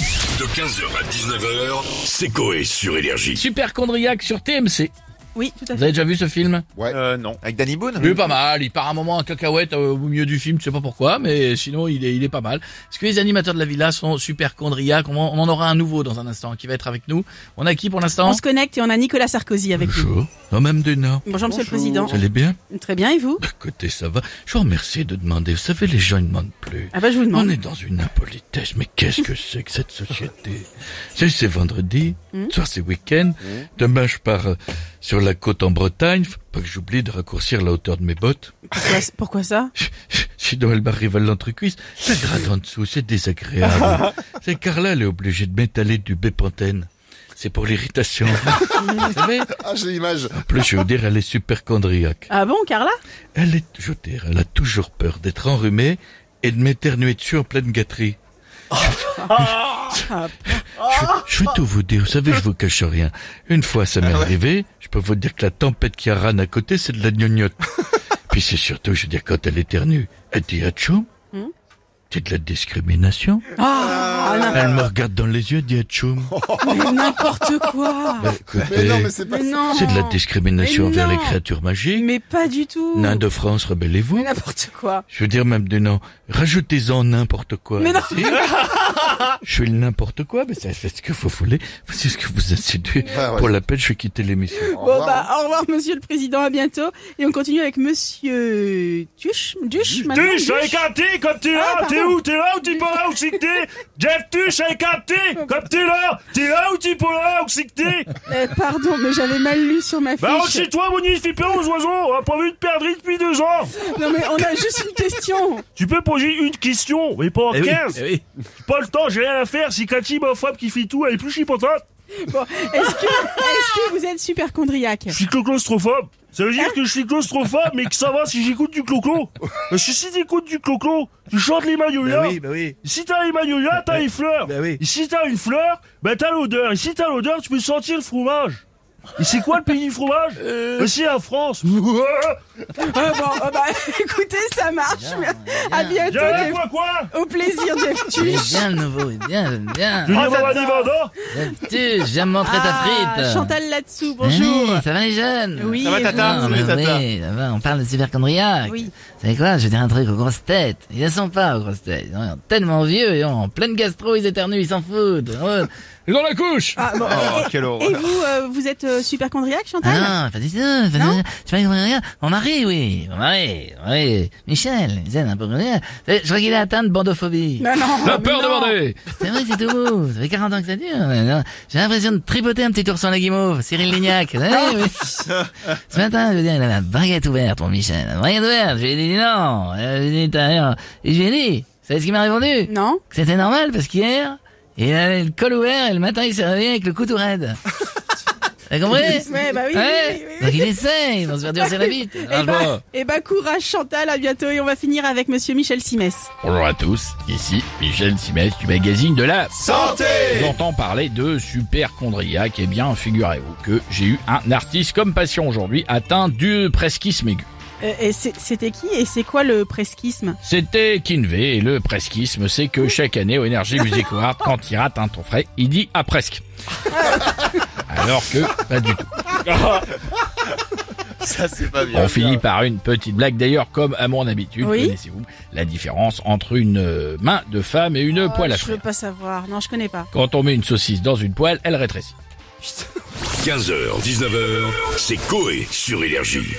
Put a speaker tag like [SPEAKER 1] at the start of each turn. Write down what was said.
[SPEAKER 1] De 15h à 19h, c'est Coé sur Énergie.
[SPEAKER 2] Super Chondriac sur TMC.
[SPEAKER 3] Oui, tout à
[SPEAKER 2] Vous
[SPEAKER 3] fait.
[SPEAKER 2] avez déjà vu ce film
[SPEAKER 4] Ouais.
[SPEAKER 5] Euh, non.
[SPEAKER 4] Avec Danny Boone
[SPEAKER 2] Ah Oui, pas mal. Il part un moment en cacahuète euh, au milieu du film, je sais pas pourquoi, mais sinon il est, il est pas mal. Parce que les animateurs de la villa sont super chondriaques. On, en- on en aura un nouveau dans un instant qui va être avec nous. On a qui pour l'instant
[SPEAKER 3] On se connecte et on a Nicolas Sarkozy avec nous.
[SPEAKER 2] Bonjour. Non, même des nains.
[SPEAKER 3] Bonjour, Monsieur le Président.
[SPEAKER 2] Vous allez bien
[SPEAKER 3] Très bien, et vous
[SPEAKER 2] Bah, Écoutez, ça va. Je vous remercie de demander. Vous savez, les gens ils demandent plus.
[SPEAKER 3] Ah bah je vous
[SPEAKER 2] On
[SPEAKER 3] demande.
[SPEAKER 2] est dans une impolitesse, mais qu'est-ce que c'est que cette société C'est c'est vendredi, ce soir c'est week-end, demain je pars euh, sur la côte en Bretagne, faut pas que j'oublie de raccourcir la hauteur de mes bottes.
[SPEAKER 3] Pourquoi, pourquoi ça
[SPEAKER 2] Sinon elle m'arrive à l'entrecuisse, ça gratte en dessous, c'est désagréable. c'est Carla, elle est obligée de m'étaler du bépantène. C'est pour l'irritation. Vous savez
[SPEAKER 4] Ah, j'ai l'image.
[SPEAKER 2] En plus, je veux dire, elle est super chondriaque.
[SPEAKER 3] Ah bon, Carla
[SPEAKER 2] Elle est, je veux dire, elle a toujours peur d'être enrhumée et de m'éternuer dessus en pleine gâterie. je, je vais tout vous dire, vous savez, je vous cache rien. Une fois, ça
[SPEAKER 4] Ah
[SPEAKER 2] m'est arrivé, je peux vous dire que la tempête qui râne à côté, c'est de la gnognotte. Puis c'est surtout, je veux dire, quand elle éternue, elle dit Atchou,
[SPEAKER 3] Hmm?
[SPEAKER 2] c'est de la discrimination.
[SPEAKER 3] Ah, non,
[SPEAKER 2] Elle me regarde dans les yeux, elle dit Atchoum.
[SPEAKER 3] mais n'importe quoi
[SPEAKER 2] Bah, écoutez,
[SPEAKER 4] Oh, Mais non, mais c'est pas
[SPEAKER 3] Mais non
[SPEAKER 2] ah. c'est de la discrimination
[SPEAKER 3] Mais
[SPEAKER 2] envers les
[SPEAKER 3] non.
[SPEAKER 2] créatures magiques.
[SPEAKER 3] Mais pas du tout
[SPEAKER 2] Nains de France, rebellez-vous.
[SPEAKER 3] Mais n'importe quoi
[SPEAKER 2] Je veux dire même des noms. Rajoutez-en n'importe quoi.
[SPEAKER 3] Mais non.
[SPEAKER 2] Si. je suis le n'importe quoi, mais ça fait ce que vous voulez. C'est ce que vous insinuez.
[SPEAKER 4] Ah ouais.
[SPEAKER 2] Pour la peine, je vais quitter l'émission.
[SPEAKER 3] Bon
[SPEAKER 4] Au revoir.
[SPEAKER 3] bah au revoir Monsieur le Président, à bientôt Et on continue avec Monsieur... Tuche Duche maintenant
[SPEAKER 5] Tuche avec un T comme tu
[SPEAKER 3] Ah,
[SPEAKER 5] l'as,
[SPEAKER 3] pardon.
[SPEAKER 5] t'es où, t'es là ou t'es pas là où c'est que t'es Jeff Tuche avec un T comme t'es là, t'es là ou t'es pas là où c'est que t'es
[SPEAKER 3] Euh, Pardon, mais j'avais mal lu sur ma fiche
[SPEAKER 5] Bah rentre chez toi, bonifie pas aux oiseaux, on a pas vu de perdrix depuis deux ans
[SPEAKER 3] Non mais on a juste une question
[SPEAKER 5] Tu peux poser une question, mais pas
[SPEAKER 2] Eh
[SPEAKER 5] 15 J'ai Pas le temps, j'ai rien à faire, si Cathy, ma femme qui fait tout, elle est plus chipotante
[SPEAKER 3] Bon, Est-ce que, est que vous êtes super chondriaque
[SPEAKER 5] Je suis claustrophobe. Ça veut dire que je suis claustrophobe, mais que ça va si j'écoute du cloclo. Parce que si t'écoutes du cloclo, tu chantes les magnolia.
[SPEAKER 6] bah oui,
[SPEAKER 5] Si t'as les magnolia, t'as les fleurs.
[SPEAKER 6] bah oui.
[SPEAKER 5] Et si t'as une fleur, bah t'as l'odeur. Et si t'as l'odeur, tu peux sentir le fromage. Et c'est quoi le pays du fromage
[SPEAKER 6] Euh.
[SPEAKER 5] Bah, C'est la France.
[SPEAKER 3] Ah bon, ah bah, écoutez, ça marche. à bientôt,
[SPEAKER 5] Y'a la
[SPEAKER 3] Jeff.
[SPEAKER 5] quoi quoi
[SPEAKER 3] Au plaisir, Jeff Tuche.
[SPEAKER 2] Bien le nouveau, bien, bien.
[SPEAKER 5] Je dis
[SPEAKER 2] Tu, j'aime montrer
[SPEAKER 3] Ah, Chantal là-dessous, bonjour.
[SPEAKER 7] Oui, ça va les jeunes
[SPEAKER 3] Oui,
[SPEAKER 6] Ça va, tata
[SPEAKER 7] Ah,
[SPEAKER 6] Salut,
[SPEAKER 7] bah
[SPEAKER 6] tata.
[SPEAKER 7] oui, ça va, on parle de superchondriac.
[SPEAKER 3] Oui.
[SPEAKER 7] Vous savez quoi Je vais dire un truc aux grosses têtes. Ils ne sont pas aux grosses têtes. Ils sont tellement vieux, ils ont en pleine gastro, ils éternuent, ils s'en foutent. Oh.
[SPEAKER 2] Ils ont la couche
[SPEAKER 3] Ah, bon,
[SPEAKER 4] Oh,
[SPEAKER 3] et-
[SPEAKER 4] quelle horreur.
[SPEAKER 3] et vous, euh, vous êtes euh, super chondriaque, Chantal
[SPEAKER 7] Ah non, pas du tout, pas du
[SPEAKER 3] Non
[SPEAKER 7] tout. Je suis pas chondriac. Mon mari, oui. Mon mari, oui. Michel, Michel, un peu chondriac. Je crois qu'il est atteint de bandophobie.
[SPEAKER 3] Non, non.
[SPEAKER 2] La peur
[SPEAKER 3] non.
[SPEAKER 2] demandée
[SPEAKER 7] C'est vrai que c'est tout mou. Ça fait 40 ans que ça dure. mais non. J'ai l'impression de tripoter un petit ourson à la guimauve. Cyril Lignac. Vous
[SPEAKER 3] Ah,
[SPEAKER 7] savez, oui. Ce matin, je veux dire, il avait la baguette ouverte, mon Michel. La baguette ouverte. Je lui ai dit non. Euh, Je lui ai dit, t'as rien. Et je lui ai dit, vous savez ce qu'il m'a répondu?
[SPEAKER 3] Non
[SPEAKER 7] Que C'était normal parce qu'hier, il avait le col ouvert et le matin, il s'est réveillé avec le couteau raide. T'as compris?
[SPEAKER 3] Ouais, bah oui, oui, oui, oui.
[SPEAKER 7] Donc il essaye. Ils vont se faire durcir la bite.
[SPEAKER 3] Eh bah, eh bah, courage, Chantal, à bientôt. Et on va finir avec monsieur Michel Simès.
[SPEAKER 8] Bonjour à tous, ici Michel Simès du magazine de la
[SPEAKER 4] Santé
[SPEAKER 8] J'entends parler de superchondriaque. Eh bien, figurez-vous que j'ai eu un artiste comme patient aujourd'hui atteint du presquisme aigu.
[SPEAKER 3] Euh, et c'est- c'était qui et c'est quoi le presquisme
[SPEAKER 8] C'était Kinvey et le presquisme, c'est que chaque année au Energy Music Award, quand il rate un ton frais, il dit à presque. Alors que pas du tout.
[SPEAKER 4] Ça, c'est pas bien.
[SPEAKER 8] On finit par une petite blague d'ailleurs, comme à mon habitude.
[SPEAKER 3] Oui.
[SPEAKER 8] Connaissez-vous la différence entre une euh, main de femme et une
[SPEAKER 3] Oh,
[SPEAKER 8] poêle à
[SPEAKER 3] Je veux
[SPEAKER 8] frire
[SPEAKER 3] pas savoir. Non, je connais pas.
[SPEAKER 8] Quand on met une saucisse dans une poêle, elle rétrécit.
[SPEAKER 1] 15h, 19h, c'est Coé sur Énergie.